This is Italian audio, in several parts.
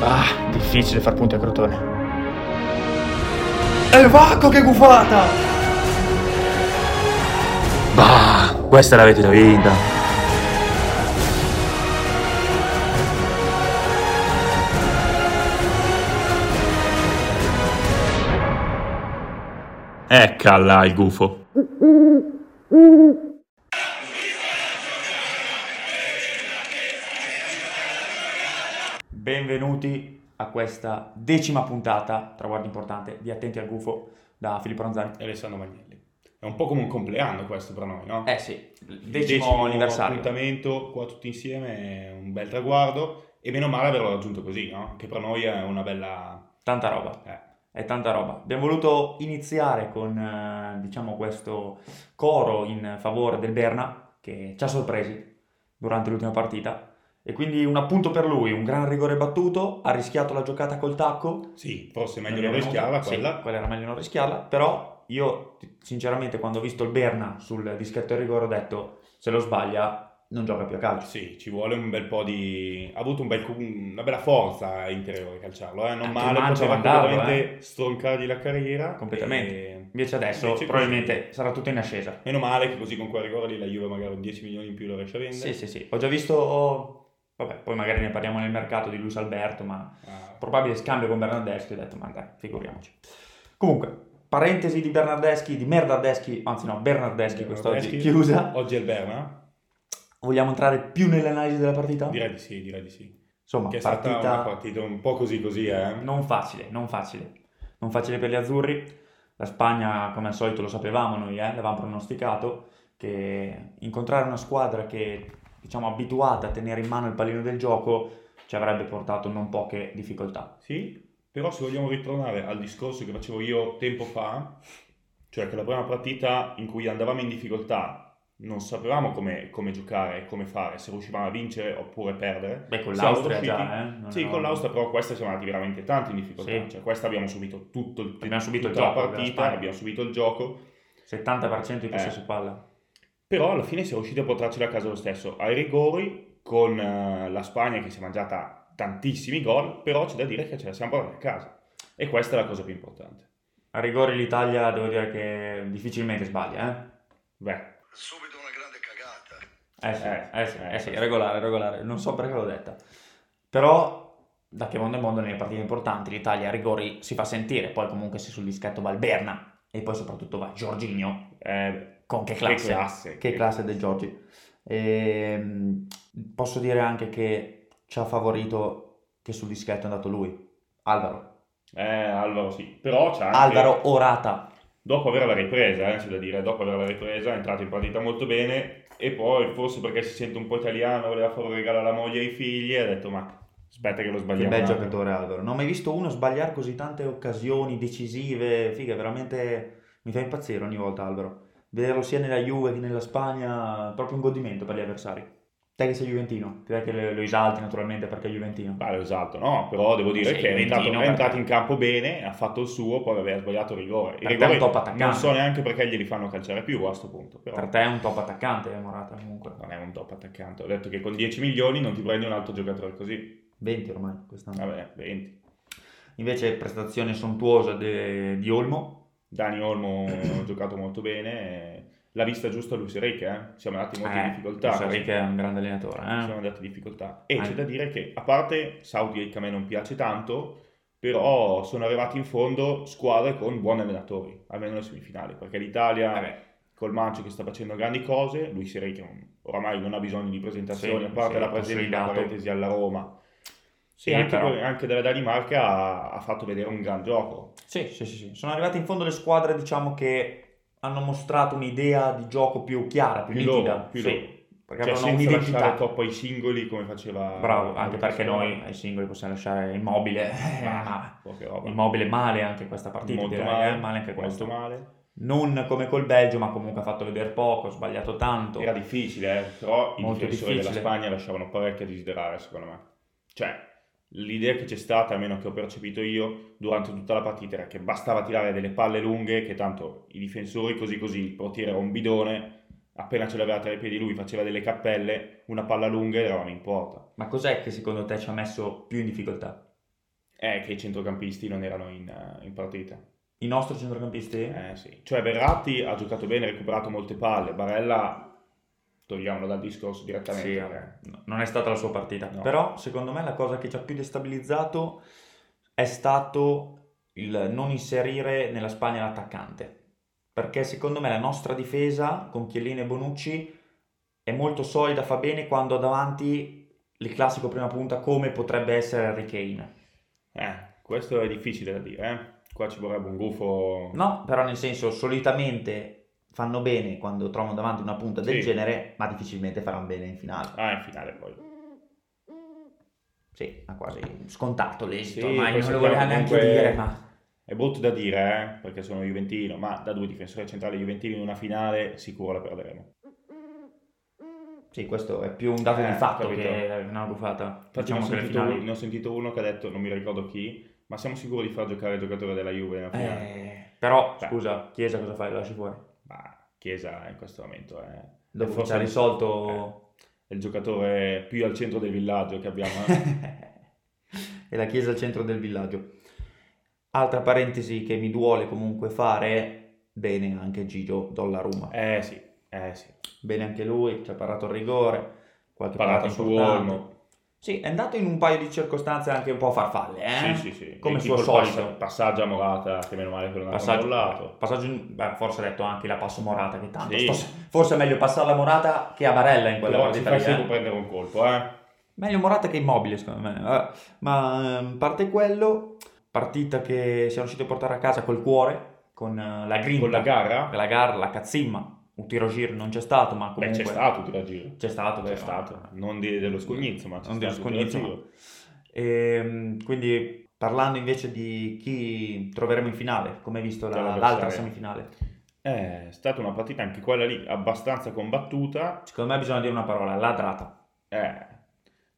Ah, difficile far punti a Crotone. E vacco che gufata! Bah, questa l'avete già vinta. Ecca Ecco là il gufo. Benvenuti a questa decima puntata, traguardo importante, di Attenti al Gufo da Filippo Ronzani. e Alessandro Magnelli. È un po' come un compleanno questo per noi, no? Eh sì, Il decimo, anniversario. appuntamento qua tutti insieme è un bel traguardo e meno male averlo raggiunto così, no? Che per noi è una bella... Tanta roba. Eh. È tanta roba. Abbiamo voluto iniziare con, eh, diciamo, questo coro in favore del Berna, che ci ha sorpresi durante l'ultima partita. E quindi un appunto per lui, un gran rigore battuto, ha rischiato la giocata col tacco. Sì, forse è meglio non Abbiamo- rischiarla sì, quella. quella era meglio non rischiarla, però io ti- sinceramente quando ho visto il Berna sul dischetto del rigore ho detto, se lo sbaglia non gioca più a calcio. Sì, ci vuole un bel po' di... ha avuto un bel cu- una bella forza interiore calciarlo, eh? Non Anche male, Mancia poteva mandarlo, completamente stroncargli la carriera. Completamente. e- Invece adesso Invece così. probabilmente sarà tutto in ascesa. Meno male che così con quel rigore lì la Juve magari un 10 milioni in più lo riesce a vendere. Sì, sì, sì. Ho già visto, vabbè, poi magari ne parliamo nel mercato di Luis Alberto, ma Ah, probabile scambio con Bernardeschi, ho detto, ma dai, figuriamoci. Comunque, parentesi di Bernardeschi, di Merdardeschi, anzi no, Bernardeschi quest'oggi Bernardeschi. chiusa. Oggi è il Berna? Vogliamo entrare più nell'analisi della partita? Direi di sì, direi di sì. Insomma, Che è stata partita... una partita un po' così così, eh? Non facile, non facile. Non facile per gli azzurri. La Spagna, come al solito, lo sapevamo noi, eh, l'avevamo pronosticato, che incontrare una squadra che, diciamo, abituata a tenere in mano il pallino del gioco ci avrebbe portato non poche difficoltà. Sì, però se vogliamo ritornare al discorso che facevo io tempo fa, cioè che la prima partita in cui andavamo in difficoltà non sapevamo come, come giocare, come fare, se riuscivamo a vincere oppure perdere. Beh, con Siamo l'Austria riusciti- già, eh? non Sì, ho- con l'Austria però questa siamo andati veramente tanto in difficoltà, Sì. cioè questa abbiamo subito tutto il, Abbiamo subito il tutta gioco la della partita, Spagna. abbiamo subito il gioco, 70% di possesso Eh. palla. però alla fine siamo riusciti a portarcela a casa lo stesso, ai rigori con eh, la Spagna che si è mangiata tantissimi gol, però c'è da dire che ce la siamo portati a casa e questa è la cosa più importante. A rigore l'Italia, devo dire che difficilmente sbaglia, Beh, Subito una grande cagata. eh? Eh sì, eh, Eh, sì, eh, eh sì, sì. regolare, regolare. Non so perché l'ho detta. Però, da che mondo è mondo, nelle partite importanti l'Italia a rigori si fa sentire. Poi comunque se sul dischetto va il Berna e poi soprattutto va Giorginio eh, con che che classe, classe. che classe del Giorgi. Ehm, posso dire anche che ci ha favorito che sul dischetto è andato lui, Alvaro. Eh, Alvaro sì. Però c'ha anche, Alvaro Orata. dopo averla ripresa, eh, c'è da dire, dopo averla ripresa è entrato in partita molto bene e poi forse perché si sente un po' italiano, voleva fare un regalo alla moglie e ai figli e ha detto ma aspetta che lo Che sbagliamo. eh." bel un attimo". giocatore Alvaro. Non ho mai visto uno sbagliare così tante occasioni decisive. Figa, veramente mi fa impazzire ogni volta Alvaro. Vederlo sia nella Juve che nella Spagna, proprio un godimento per gli avversari. Te che sei Juventino, te che lo- lo esalti naturalmente perché è Juventino. Bah, esatto, no, però devo dire Sì, che è entrato, Juventino, è entrato perché- in campo bene, ha fatto il suo, poi aveva sbagliato il rigore. I Perché è un rigori top attaccante. non so neanche perché glieli fanno calciare più a sto punto, però Per te è un top attaccante, eh, Morata comunque. non è un top attaccante. Ho detto che con 10 milioni non ti prendi un altro giocatore così. 20 ormai quest'anno. Vabbè, 20. Invece prestazione sontuosa de- di Olmo, Dani Olmo ha giocato molto bene, l'ha vista giusta Luis Enrique, eh? siamo andati molto in Eh, difficoltà. Luis Enrique è un grande allenatore, eh. Siamo andati in difficoltà. E Eh. c'è da dire che, a parte Saudi che a me non piace tanto, però sono arrivati in fondo squadre con buoni allenatori, almeno nelle semifinali, perché l'Italia Eh col Mancio che sta facendo grandi cose, Luis Enrique non- oramai non ha bisogno di presentazioni, Sì, a parte sì, la presenza consolidato. la parentesi alla Roma. Sì, e anche, però- anche della Danimarca ha- ha fatto vedere un gran gioco. sì, sì, sì, sì. Sono arrivate in fondo le squadre, diciamo, che hanno mostrato un'idea di gioco più chiara, più, più nitida. loro, più Sì, loro. perché cioè, avevano senza un'identità. lasciare troppo ai singoli come faceva Bravo, anche perché noi ai singoli possiamo lasciare immobile. Ma poche roba. immobile male anche questa partita, molto direi, male, eh, male anche molto questa. male. Non come col Belgio, ma comunque ha fatto vedere poco, ha sbagliato tanto. Era difficile, eh, però i Molto difensori difficile. della Spagna lasciavano parecchio a desiderare, secondo me. Cioè, l'idea che c'è stata, almeno che ho percepito io, durante tutta la partita era che bastava tirare delle palle lunghe, che tanto i difensori così così, il portiere era un bidone, appena ce l'aveva tra i piedi lui faceva delle cappelle, una palla lunga e eravamo in porta. Ma cos'è che secondo te ci ha messo più in difficoltà? è Eh, che i centrocampisti non erano in, eh, in partita. I nostri centrocampisti? Eh, sì. Cioè Verratti ha giocato bene, ha recuperato molte palle, Barella togliamolo dal discorso direttamente. Sì, eh. no, non è stata la sua partita. No. Però, secondo me, la cosa che ci ha più destabilizzato è stato il non inserire nella Spagna l'attaccante. Perché secondo me la nostra difesa con Chiellini e Bonucci è molto solida, fa bene quando ha davanti il classico prima punta come potrebbe essere Harry Kane. Eh, questo è difficile da dire, eh. Qua ci vorrebbe un gufo... No, però nel senso, solitamente fanno bene quando trovano davanti una punta del Sì. genere, ma difficilmente faranno bene in finale. Ah, in finale poi. Sì, ma quasi scontato l'esito, Sì, ma poi non lo sappiamo voleva neanche comunque- dire, ma... È brutto da dire, eh, perché sono Juventino, ma da due difensori centrali Juventini in una finale sicuro la perderemo. Sì, questo è più un dato Eh, di fatto capito. che una gufata. Infatti Diciamo ne, ho che le sentito, finali... ne ho sentito uno che ha detto, non mi ricordo chi, ma siamo sicuri di far giocare il giocatore della Juve nella finale? Eh, però, Beh. scusa, Chiesa cosa fai? Lo lasci fuori? Ma Chiesa in questo momento è... Dopo che forse ci ha il- risolto... è il giocatore più al centro del villaggio che abbiamo. eh. e la chiesa al centro del villaggio. Altra parentesi che mi duole comunque fare, bene anche Gigio Dalla Roma. Eh sì, eh sì. Bene anche lui, ci ha parato il rigore, qualche Parata parata su importante. Olmo. Sì, è andato in un paio di circostanze anche un po' a farfalle, eh? Sì, sì, sì. Come E suo tipo il solito. pas- Passaggio a Morata, che meno male che non ha Passaggio, controllato. passaggio in- beh, forse ha detto anche la passo Morata che tanto. Sì. stos- forse è meglio passare la Morata che a Barella in quella Però ci partita fai lì, eh. sempre prendere un colpo, eh. Meglio Morata che Immobile, secondo me. Vabbè. Ma ehm, a parte quello, partita che siamo riusciti a portare a casa col cuore, con eh, la grinta, Con la gara? la gara, la cazzimma. Un tiro giro non c'è stato, ma Beh, comunque c'è stato tira giro. C'è stato, C'è però. stato. Non di- dello scognizzo, ma c'è Non dello stato tira scognizzo, giro. Ehm, quindi parlando invece di chi troveremo in finale, come hai visto la- Dall'avversario. l'altra semifinale, Eh, È stata una partita anche quella lì abbastanza combattuta. secondo me bisogna dire una parola, ladrata. Eh,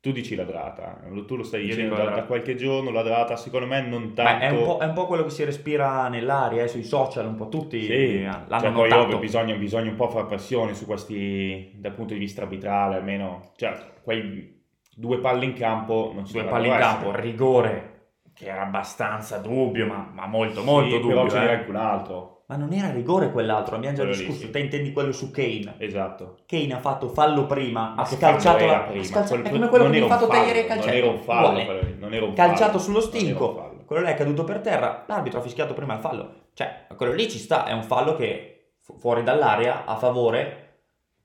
tu dici ladrata, lo- tu lo stai Io dicendo dico da, ladrata. da qualche giorno, ladrata secondo me non Ma tanto... è un, po', è un po' quello che si respira nell'aria, eh, sui social, un po' tutti eh, Sì, l'hanno cioè, poi notato. ovvio, bisogna, bisogna un po' far pressione su questi, dal punto di vista arbitrale almeno, cioè quei due palle in campo non ci Due dovrebbero palli in essere. campo, rigore, che era abbastanza dubbio, ma, ma molto, Sì, molto Però dubbio. ce n'era eh. anche un altro, Ma non era rigore quell'altro, abbiamo già Quello lì, discusso, sì. te intendi quello su Kane. esatto. Kane ha fatto fallo prima, ha che scalciato fallo la... era prima? ha scalciato- Quel- È come quello non che gli ha era un fatto fallo, tagliare il non calcetto. era un fallo, Uguale. quello lì, non era un calciato fallo, sullo non era un stinco, fallo. quello lì è caduto per terra, l'arbitro ha fischiato prima il fallo. Cioè, quello lì ci sta, è un fallo che fu- fuori dall'area, a favore.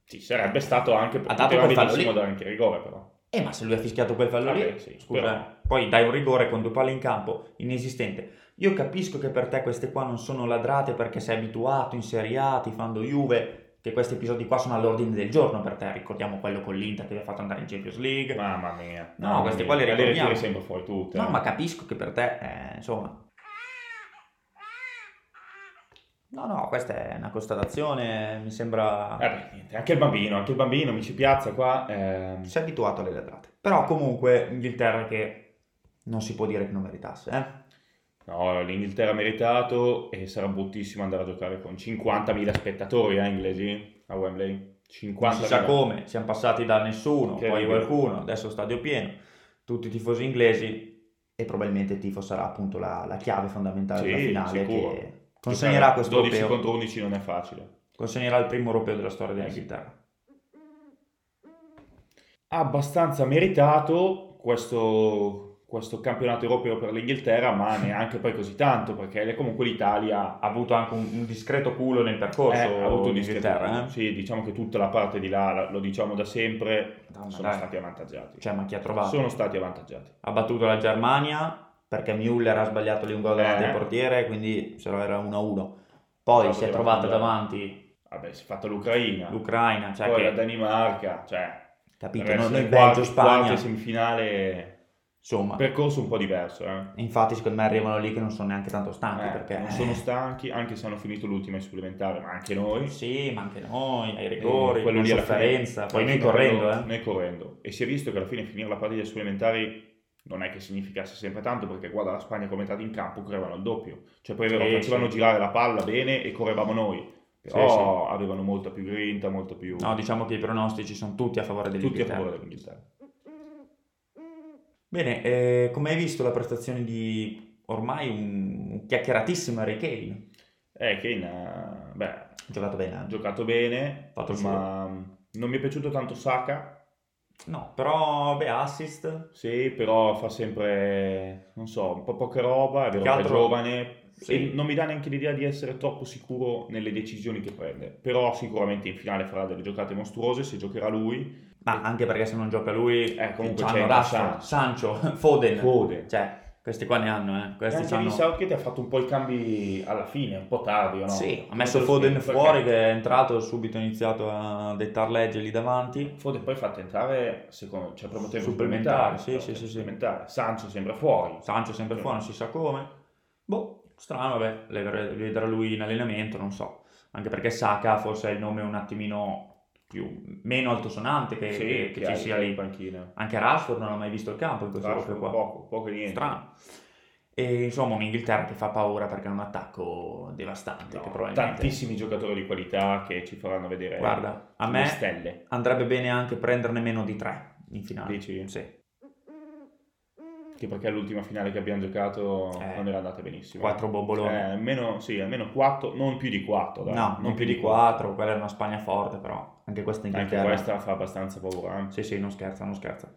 Ci sarebbe stato anche, Ha dato poteva quel fallo benissimo lì. dare anche rigore però. Eh, ma se lui ha fischiato quel fallo Vabbè, lì, sì, scusa, però- eh, poi dai un rigore con due palle in campo, inesistente. Io capisco che per te queste qua non sono ladrate perché sei abituato in Serie A, ti fanno Juve, che questi episodi qua sono all'ordine del giorno per te. Ricordiamo quello con l'Inter che vi ha fatto andare in Champions League. Mamma mia. No, mamma queste mia. qua le Ma ricordiamo. tiri sempre fuori tutte. No, eh. ma capisco che per te, eh, insomma... No, no, questa è una constatazione, mi sembra... Eh beh, niente, anche il bambino, anche il bambino mi ci piazza qua. ehm. si è abituato alle ladrate. Però comunque Inghilterra che non si può dire che non meritasse, eh? No, l'Inghilterra ha meritato e sarà bruttissimo andare a giocare con 50.000 spettatori eh, inglesi a Wembley. Non si sa 50.000. come, siamo passati da nessuno, poi Incredibile. qualcuno, adesso stadio pieno, tutti i tifosi inglesi e probabilmente il tifo sarà appunto la, la chiave fondamentale Sì, della finale sicuro. che consegnerà questo 12 europeo, contro 11 non è facile. consegnerà il primo europeo della storia Eh sì. dell'Inghilterra. Abbastanza meritato questo, questo campionato europeo per l'Inghilterra, ma neanche poi così tanto, perché comunque l'Italia Ha avuto anche un, un discreto culo nel percorso eh, ha avuto un l'Inghilterra, discreto. eh? Sì, diciamo che tutta la parte di là, lo diciamo da sempre, Madonna, sono Ah, dai. stati avvantaggiati. Cioè, ma chi ha trovato? sono stati avvantaggiati. ha battuto la Germania perché Müller ha sbagliato lì un gol davanti Eh. Esatto, al portiere, quindi se no era 1-1. Poi Però si è poteva trovata cambiare. davanti Vabbè, si è fatta l'Ucraina. l'Ucraina, cioè poi che- la Danimarca, cioè capito, per no? essere noi quarti- Belgio, Spagna, Ah. quarti, semifinale, insomma. percorso un po' diverso, eh. Infatti secondo me arrivano lì che non sono neanche tanto stanchi Eh, perché... non sono stanchi, anche se hanno finito l'ultima in supplementare, ma anche noi. Sì, ma anche noi, ai Eh, rigori, quello la lì alla fine- sofferenza, poi alla noi fine correndo, quello- eh. Noi correndo. E si è visto che alla fine finire la partita dei supplementari non è che significasse sempre tanto, perché guarda la Spagna come è entrata in campo, correvano il doppio. Cioè poi è vero, Sì, facevano sì. girare la palla bene e correvamo noi. Però avevano molta più grinta, molto più... No, diciamo che i pronostici sono tutti a favore tutti a dell'Inghilterra. favore dell'Inghilterra. Bene, eh, come hai visto la prestazione di ormai un, un chiacchieratissimo Harry Kane? Eh, Kane eh, beh, Ha giocato bene ha anche. giocato bene, Fatto il ma mh, non mi è piaciuto tanto Saka, No, però, beh, assist. sì, però fa sempre, non so, un po' poca roba, è vero Che che, è altro- giovane, Sì. e non mi dà neanche l'idea di essere troppo sicuro nelle decisioni che prende, però sicuramente in finale farà delle giocate mostruose se giocherà lui, Ma anche perché se non gioca lui, Eh, comunque c'hanno c'è Rashford, Sancho, Foden. Foden. Cioè, questi qua ne hanno, eh. E Questi anche lì c'hanno... Southgate ha fatto un po' i cambi alla fine, un po' tardi, o no? Sì, ha messo Perché- Foden perché fuori che è entrato subito ha iniziato a dettar legge lì davanti. Foden poi ha fatto entrare, secondo, cioè per motivo supplementare, Supplementare, sì, per sì, sì, sì. supplementare. Sancho sembra fuori. Sancho sempre fuori, non si sa come. Boh, strano, vabbè, le ver- vedrà lui in allenamento, non so. Anche perché Saka forse è il nome un attimino più, meno altosonante che, Sì, che- che ha- ci sia che è lì. in panchina. Anche Rashford non ha mai visto il campo in questo Rashford, proprio qua. poco, poco e niente. Strano. E insomma un'Inghilterra che fa paura perché è un attacco devastante. No, che probabilmente... tantissimi giocatori di qualità che ci faranno vedere Guarda, a le me stelle. andrebbe bene anche prenderne meno di tre in finale. Dici? Ah, Sì. Che perché l'ultima finale che abbiamo giocato Eh, non era andata benissimo. Quattro bomboloni. Eh, almeno, sì, almeno 4, non più di 4. no, non, più di quattro. Quella è una Spagna forte, però anche questa Anche Inghilterra. questa fa abbastanza paura. eh. Sì, sì, non scherza, non scherza.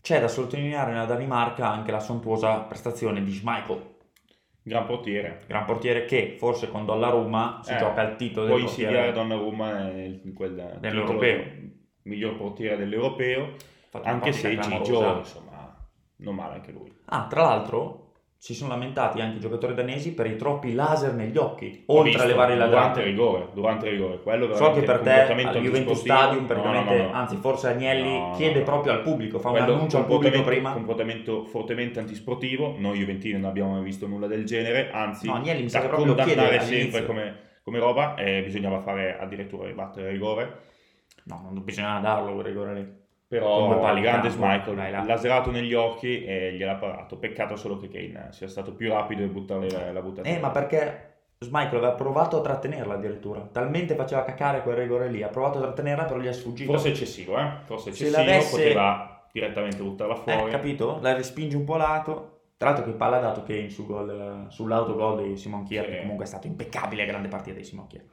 C'è da sottolineare nella Danimarca anche la sontuosa prestazione di Schmeichel, Gran portiere. gran portiere che forse con Donnarumma si Eh, gioca il titolo del Poi insidiare portiere. Donnarumma nel- in quel Nell'europeo. titolo miglior portiere dell'europeo, Fatto una anche se partita Gigio, clamorosa. insomma, non male anche lui. Ah, tra l'altro si sono lamentati anche i giocatori danesi per i troppi laser negli occhi, Ho oltre visto, alle varie durante ladrate. il rigore, durante il rigore, quello So veramente che per un te comportamento al Juventus antisportivo. Stadium No, no, praticamente, no, no. anzi forse Agnelli No, no, chiede no. proprio al pubblico, fa un Quello annuncio al pubblico comportamento- prima. comportamento fortemente antisportivo. Noi Juventini non abbiamo mai visto nulla del genere, anzi, No, Agnelli mi sa che da proprio lo chiede condannare all'inizio. sempre come, come roba, eh, bisognava fare addirittura battere il rigore. No, non bisognava darlo quel rigore lì. Però Comunque palla in grande campo, Michael vai là. l'ha serato negli occhi e gliel'ha parato. Peccato solo che Kane sia stato più rapido e buttare la, la buttata. Eh, ma perché Schmeichel aveva provato a trattenerla addirittura, talmente faceva cacare quel rigore lì, ha provato a trattenerla però gli è sfuggito. Forse eccessivo, eh? Forse Se eccessivo, l'avesse- poteva direttamente buttarla Eh, fuori. capito? La respinge un po' a lato. Tra l'altro che palla ha dato Kane su gol, eh, sull'autogol di Simon Kier, Sì. che comunque è stato impeccabile, grande partita di Simon Kier.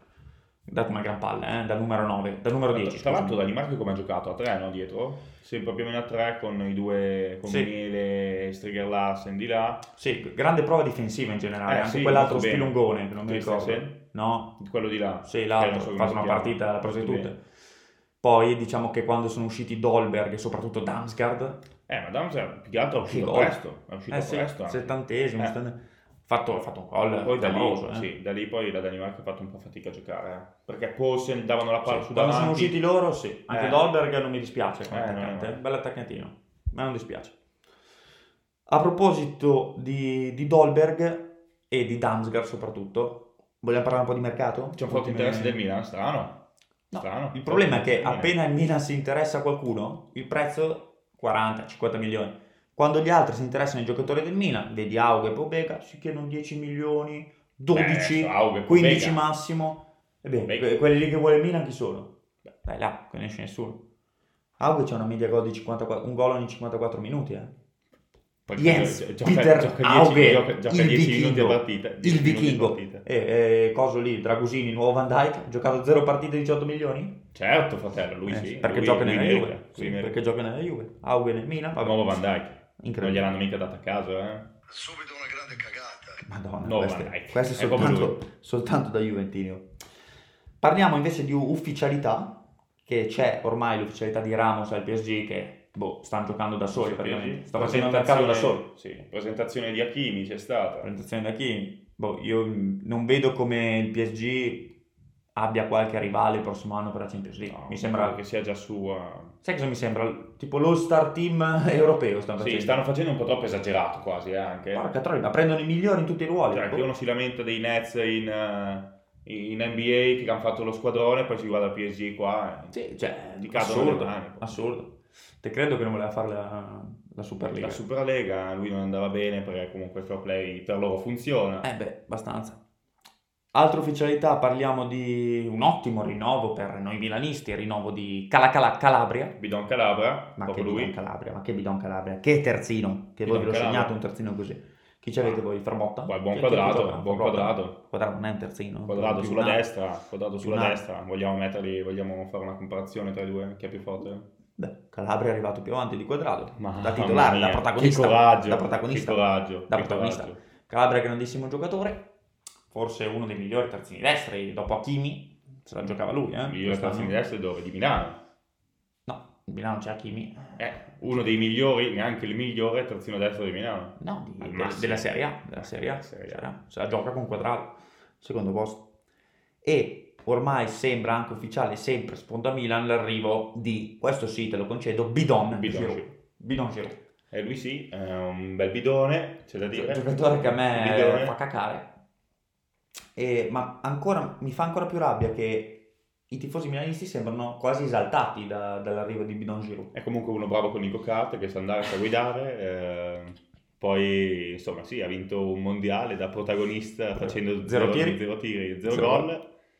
Ha dato una gran palla, eh, da numero 9, da numero 10. Tra l'altro scusami. Danimarca come ha giocato? A tre, no? Dietro? Sempre più o meno a tre con i due, con Sì. Miele, Striger Larsen di là. Sì, grande prova difensiva in generale, Eh, Ah, anche sì, quell'altro molto bene. spilungone, che non mi ricordo. Christensen? No? Quello di là. Sì, Eh, l'altro, non so ha come fatto si una chiama. partita, l'ha presa Molto tutte. bene. Poi diciamo che quando sono usciti Dolberg e soprattutto Damsgaard, Eh, ma Damser più che altro è uscito Che gol. presto. È uscito eh sì, presto. anche. settantesimo, Eh. settant- fatto, ha fatto un gol Poi da clamoroso, lì, eh. sì, da lì poi la Danimarca ha fatto un po' fatica a giocare. eh. Perché Poulsen davano la palla Sì, su Cioè, quando davanti. sono usciti loro, sì. Anche Eh. Dolberg non mi dispiace come Eh, attaccante, no, no. eh. bello attaccantino, ma non dispiace. A proposito di, di Dolberg e di Damsgaard soprattutto, vogliamo parlare un po' di mercato? C'è un forte Ultime- interesse del Milan, strano. No, strano. Il problema è che Strano. appena il Milan si interessa a qualcuno, il prezzo 40-50 milioni. Quando gli altri si interessano ai giocatori del Milan, vedi Auge e Pobega, si chiedono 10 milioni, 12, Eh, adesso Auge, 15 Pobega. massimo. E beh, Pobega. que- quelli lì che vuole il Milan chi sono? Dai là, che ne esce nessuno. Auge c'è una media gol di 54, un gol ogni 54 minuti, eh. Poi Jens, gioca- gioca- Peter gioca dieci- Auge, gioca- gioca il 10 minuti a vichingo, partita. il 10 minuti a vichingo, e, partita. e coso lì, Dragusini, nuovo Van Dijk, ha giocato 0 partite 18 milioni? Certo, fratello, lui Eh, sì. perché lui- gioca lui nella merita, Juve. lui Sì, merita. perché gioca nella Juve. Auge nel Milan. Vabbè. Nuovo Van Dijk. Non Incredibile. gliel'hanno mica data a caso, eh. Subito una grande cagata. Madonna, Nuovo queste, Van Dijk. queste È proprio soltanto, soltanto da Juventino. Parliamo invece di ufficialità, che c'è ormai l'ufficialità di Ramos al PSG che boh, stanno giocando da soli praticamente. Sta facendo il mercato da soli. Presentazione- Sì, presentazione di Hakimi c'è stata. Presentazione da chi? Boh, io mh, non vedo come il PSG abbia qualche rivale il prossimo anno per la Champions League. No, mi sembra... che sia già sua. Sai cosa mi sembra? Tipo lo star team europeo stanno Sì, facendo. stanno facendo un po' troppo esagerato quasi eh, anche. Porca troia, ma prendono i migliori in tutti i ruoli. Cioè, Boh. che uno si lamenta dei Nets in, eh, in NBA che hanno fatto lo squadrone, poi si guarda PSG qua. eh. Sì, cioè, Ti cadono assurdo, le mani, poi. assurdo. Te credo che non voleva fare la, la Super League. La Superlega lui non andava bene perché comunque il fair play per loro funziona. Eh beh, abbastanza. Altra ufficialità, parliamo di un ottimo rinnovo per noi milanisti, il rinnovo di Calacala Calabria. Bidon Calabria, Ma che Ah, proprio bidon lui. Calabria, ma che bidon Calabria, che terzino, che voi Bidon ve lo Calabria. segnate un terzino così. Chi ci avete voi? Frabotta? Guarda, buon Chi- chi- chi quadrato, gioca? buon Frabotta? quadrato. Quadrato non è un terzino. Quadrato più sulla un altro. destra, quadrato sulla Una- destra. Vogliamo metterli, vogliamo fare una comparazione tra i due, chi è più forte? Beh, Calabria è arrivato più avanti di quadrato. Ma da titolare, da protagonista. Che coraggio, da protagonista. Che coraggio, Da che protagonista. coraggio. Calabria è grandissimo giocatore, forse uno dei migliori terzini destri, dopo Hakimi, se la giocava lui, eh? Migliore quest'anno. terzino destro dove? Di Milano. No, in Milano c'è Hakimi, Eh, uno dei migliori, neanche il migliore terzino destro di Milano. no, di- Al de- massimo. della Serie A, della Serie A, Serie A. Serie A. se la gioca con quadrato, secondo posto. E ormai sembra anche ufficiale, sempre sponda Milan, l'arrivo di, questo sì te lo concedo, Bidon Bidon Giroud. Giroud. Bidon Giroud. E lui sì, è un bel bidone, c'è da un dire. giocatore Cioè, che a me Bidone. fa cacare. E- ma ancora, mi fa ancora più rabbia che i tifosi milanisti sembrano quasi esaltati da- dall'arrivo di Bidon Giroud. È comunque uno bravo con i go-kart che sa andare, sa guidare. eh, poi, insomma, sì, ha vinto un mondiale da protagonista facendo Zero zero, tiri. zero tiri, zero, Zero gol.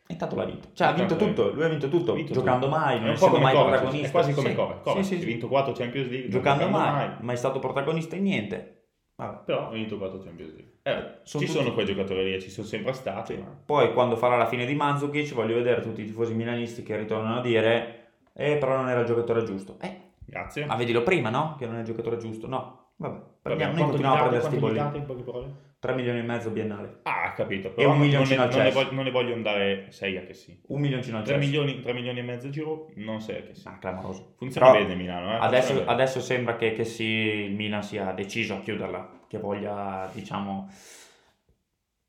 E intanto l'ha vinto. Cioè, ha Intanto vinto l'ha tutto, lui ha vinto tutto, Ha vinto giocando tutto. mai, È non un po' essendo come mai Kovacic, protagonista. È quasi come Sì, Kovac. sì, Kovac, sì, ha sì. vinto 4 Champions League. non Giocando mai, mai stato protagonista in niente. Vabbè. Però ha vinto 4 Champions League. Eh, Sono ci tutti- sono quei giocatori lì, ci sono sempre stati. ma- Poi quando farà la fine di Mandzukic voglio vedere tutti i tifosi milanisti che ritornano a dire eh però non era il giocatore giusto. Eh, Grazie. ma vedilo prima, no? Che non è il giocatore giusto. No, vabbè, prendiamo, noi Quanto gli continuiamo a date? prendere sti Quanto gli bolli. date in poche parole? 3 milioni e mezzo biennale. Ah, capito. Però un non- milioncino non al ne, non, ne cesso. voglio, non ne voglio andare 6 a che sì. Un milioncino al 3 gesso. milioni, 3 milioni e mezzo a giro, non 6 a che sì. Ah, clamoroso. Funziona Però bene Milano, eh? Adesso, Funziona bene. adesso sembra che, che sì, il Milan sia deciso a chiuderla, che voglia, diciamo,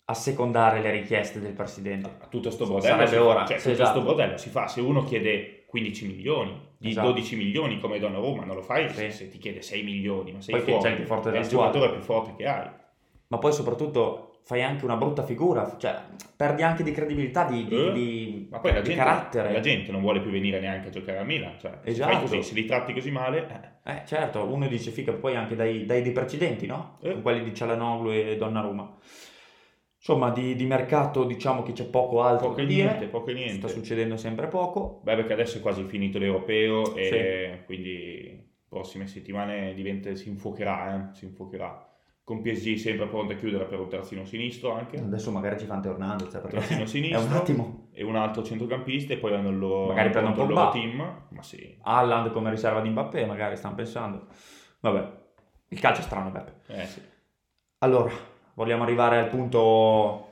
assecondare le richieste del presidente. tutto sto bordello Sarebbe si fa- ora, cioè, sì, tutto esatto. sto bordello si fa se uno chiede 15 milioni di Esatto. 12 milioni come Donnarumma non lo fai Sì. se, se ti chiede 6 milioni ma sei Poi che fuori c'è il più forte è della il giocatore squadra. più forte che hai Ma poi soprattutto fai anche una brutta figura, cioè perdi anche di credibilità, di, di- Eh? di- ma poi la Cioè, di gente, carattere. la gente non vuole più venire neanche a giocare a Milan cioè, se Esatto. fai così, se li tratti così male Eh, certo, uno dice figa poi anche dai, dai dei precedenti, no? Eh. Con quelli di Cialanoglu e Donnarumma. Insomma, di, di mercato diciamo che c'è poco eh, altro poco e da dire. niente poco e niente Sta succedendo sempre poco. beh perché adesso è quasi finito l'europeo e quindi prossime settimane diventa, si infuocherà eh, si infuocherà con PSG sempre pronto a chiudere per un terzino sinistro anche Adesso magari ci fanno tornando, cioè perché terzino Mm. è sinistro un attimo. e un altro centrocampista e poi hanno il loro, Magari prendono hanno il Pogba. loro team. Ma sì, Haaland come riserva di Mbappé, magari stanno pensando. Vabbè, il calcio è strano, Beppe. eh, sì. Allora, vogliamo arrivare al punto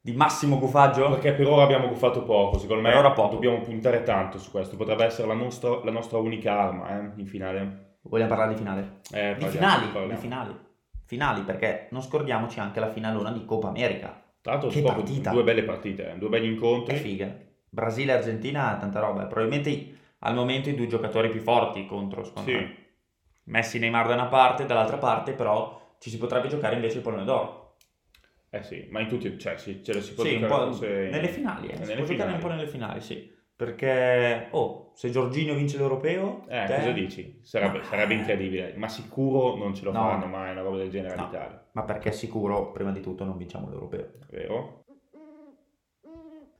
di massimo gufaggio? perché per ora abbiamo fatto poco, secondo me Per ora poco. dobbiamo puntare tanto su questo, potrebbe essere la nostra, la nostra unica arma eh, in finale. Vogliamo parlare di finale? Eh, Di parliamo, finali, parliamo. di finali. Finali, perché non scordiamoci anche la finalona di Coppa America. Tra l'altro Che proprio partita. due belle partite, eh, due belli Che incontri. figa. Brasile-Argentina, tanta roba. Eh, Probabilmente al momento i due giocatori più forti contro, secondo me. Sì, Messi Neymar da una parte, dall'altra parte però ci si potrebbe giocare invece il pallone d'oro. eh sì, ma in tutti, cioè sì, ce lo si può Sì, un giocare po' forse- nelle finali, eh. si nelle può giocare finali. un po' nelle finali, sì. Perché, oh, se Giorginio vince l'Europeo... Eh, te- cosa dici? Sarebbe, No. sarebbe incredibile, ma sicuro non ce lo eh. No. faranno mai una roba del genere No. all'Italia, Ma perché sicuro, prima di tutto, non vinciamo l'Europeo. vero?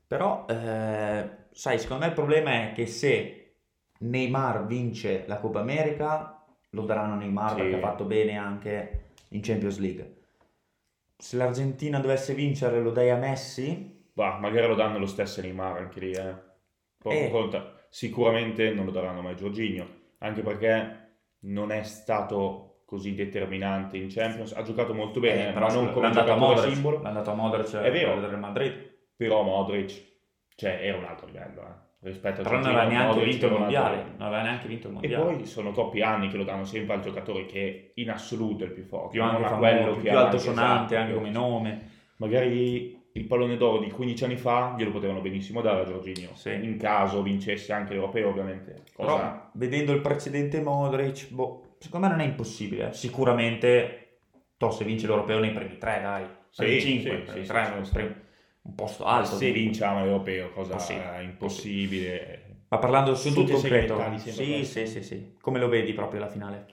Però, eh, sai, secondo me il problema è che se Neymar vince la Coppa America, lo daranno a Neymar Sì. perché ha fatto bene anche in Champions League. Se l'Argentina dovesse vincere, lo dai a Messi? Bah, magari lo danno lo stesso a Neymar anche lì, eh. Poco Eh. conta. Sicuramente non lo daranno mai a Jorginho, anche perché non è stato così determinante in Champions. Ha giocato molto bene, Eh, ma non scusa, come l'ha andato a giocatore Modric, simbolo. L'ha andato a Modric È vero. quello del Madrid. Però Modric, cioè, era un altro livello, eh. Rispetto a Però non Jorginho, aveva neanche Modric vinto il era un altro mondiale. livello. Non aveva neanche vinto il E mondiale. poi sono troppi anni che lo danno sempre al giocatore che in assoluto è il più forte, più non anche a famoso, quello più che ha alto sonante esatto, anche come nome. magari il pallone d'oro di 15 anni fa glielo potevano benissimo dare a Jorginho Sì. in caso vincesse anche l'europeo ovviamente cosa Però vedendo il precedente Modric, boh, secondo me non è impossibile. Sicuramente to se vince l'europeo nei primi tre, dai. Sì, Primi sì, cinque, sì, primi sì, tre, sì, un, sì. prim- un posto Ma alto. se vinciamo l'europeo cosa Possibile. impossibile Ma parlando Sono sul tutti completo. segmentati sempre Sì, questi. sì, sì, sì. Come lo vedi proprio la finale?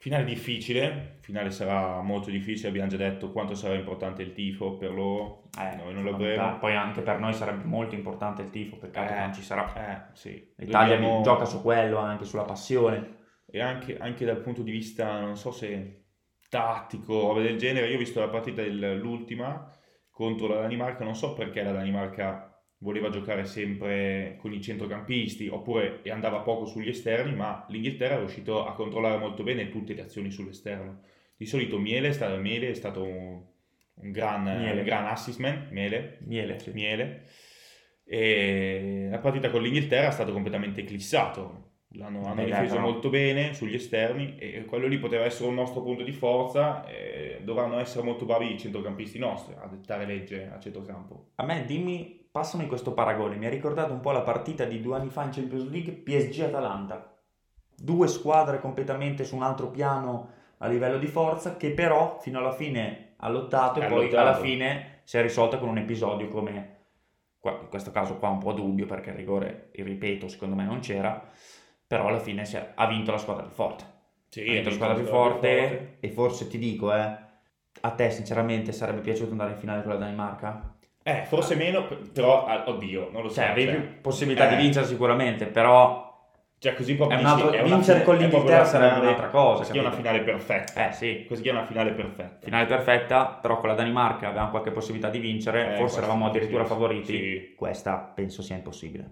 Finale difficile, finale sarà molto difficile, abbiamo già detto quanto sarà importante il tifo per loro, Eh, noi non lo fondamentale. avremo. Poi anche per noi sarebbe molto importante il tifo, peccato che Eh, non ci sarà. Eh, sì. L'Italia Dobbiamo- gioca su quello, anche sulla passione. e anche, anche dal punto di vista, non so se tattico o roba del genere, io ho visto la partita del- l'ultima contro la Danimarca, non so perché la Danimarca voleva giocare sempre con i centrocampisti oppure e andava poco sugli esterni, ma l'Inghilterra è riuscito a controllare molto bene tutte le azioni sull'esterno. Di solito Miele è stato, Miele è stato un, un gran, Miele. gran assist man, Miele, Miele, sì. Miele. E la partita con l'Inghilterra è stato completamente eclissato. L'hanno hanno Beh, difeso però- molto bene sugli esterni e quello lì poteva essere un nostro punto di forza. e dovranno essere molto bravi i centrocampisti nostri a dettare legge a centrocampo. A me dimmi, passami questo paragone, mi ha ricordato un po' la partita di due anni fa in Champions League, PSG-Atalanta. Due squadre completamente su un altro piano a livello di forza che però fino alla fine ha lottato e Ha poi lottato. alla fine si è risolta con un episodio come qua- in questo caso qua un po' dubbio perché il rigore, il ripeto, secondo me non c'era, però alla fine si è- ha vinto la squadra più forte. Sì, Hai detto la squadra più forte, e forse ti dico, eh, a te sinceramente sarebbe piaciuto andare in finale con la Danimarca? Eh, forse meno, p- però ah, oddio, non lo so. Cioè, avevi cioè, più possibilità eh. di vincere sicuramente, però cioè, così proprio è dici, un'altra- è vincere fi- con è proprio l'Inghilterra una sarebbe finale- un'altra cosa, Questa è una capito? finale perfetta. eh sì, Questa è una finale perfetta. finale perfetta, però con la Danimarca avevamo qualche possibilità di Eh, vincere, forse questa- eravamo addirittura sì, favoriti. Sì, Questa penso sia impossibile.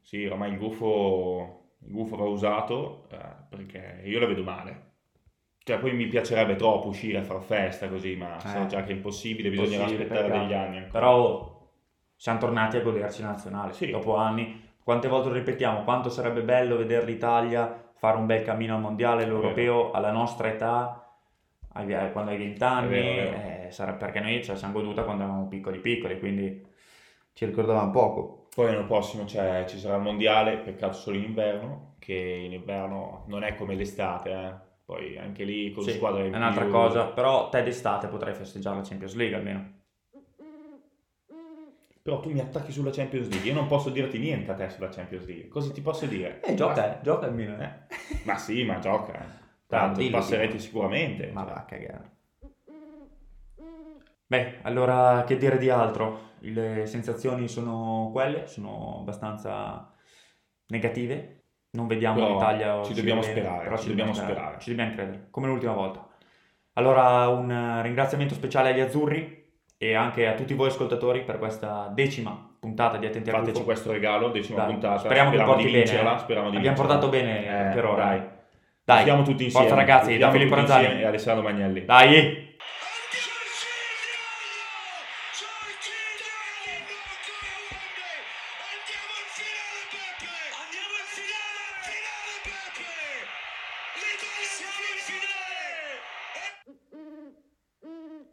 Sì, ormai il gufo, il gufo va usato eh, perché io la vedo male. Cioè, poi mi piacerebbe troppo uscire a far festa così, ma so Eh, già che è impossibile, bisognerà Possibile, aspettare peccato. degli anni ancora. Però oh, siamo tornati a goderci la nazionale Sì. dopo anni. Quante volte lo ripetiamo, quanto sarebbe bello vedere l'Italia fare un bel cammino al mondiale, l'europeo, alla nostra età, ai- ai- quando hai È vent'anni, eh, vero, è perché noi ce la siamo goduta quando eravamo piccoli piccoli, quindi ci ricordavamo poco. Poi l'anno prossimo c'è- ci sarà il mondiale, peccato solo in inverno, che in inverno non è come l'estate, eh. Poi anche lì con Sì, le squadre è in un'altra più- cosa, però te d'estate potrai festeggiare la Champions League almeno. Però tu mi attacchi sulla Champions League, io non posso dirti niente a te sulla Champions League. Cosa ti posso dire? E gioca, eh, gioca il Milan. Eh, Ma sì, ma gioca. eh. Dai, Tanto dillo, passerete dillo. sicuramente. Ma cioè. va a cagare. Beh, allora che dire di altro? Le sensazioni sono quelle, sono abbastanza negative. Non vediamo Però l'Italia. ci uscire dobbiamo bene, sperare, però ci dobbiamo sperare. Ci dobbiamo credere, come l'ultima volta. Allora, un eh, ringraziamento speciale agli azzurri e anche a tutti voi ascoltatori per questa decima puntata di Attenti al Fateci Gufo. questo regalo, decima Dai, puntata. speriamo che porti di bene, vincerla, eh. speriamo di Abbiamo vincerla. portato bene Eh, per ora. Dai. Dai, Siamo tutti forza insieme. ragazzi, da Siamo Filippo tutti Ranzani. insieme E Alessandro Magnelli. Dai! Andiamo in finale, Peppe! Andiamo in finale! Finale, Peppe! L'Italia siamo in finale!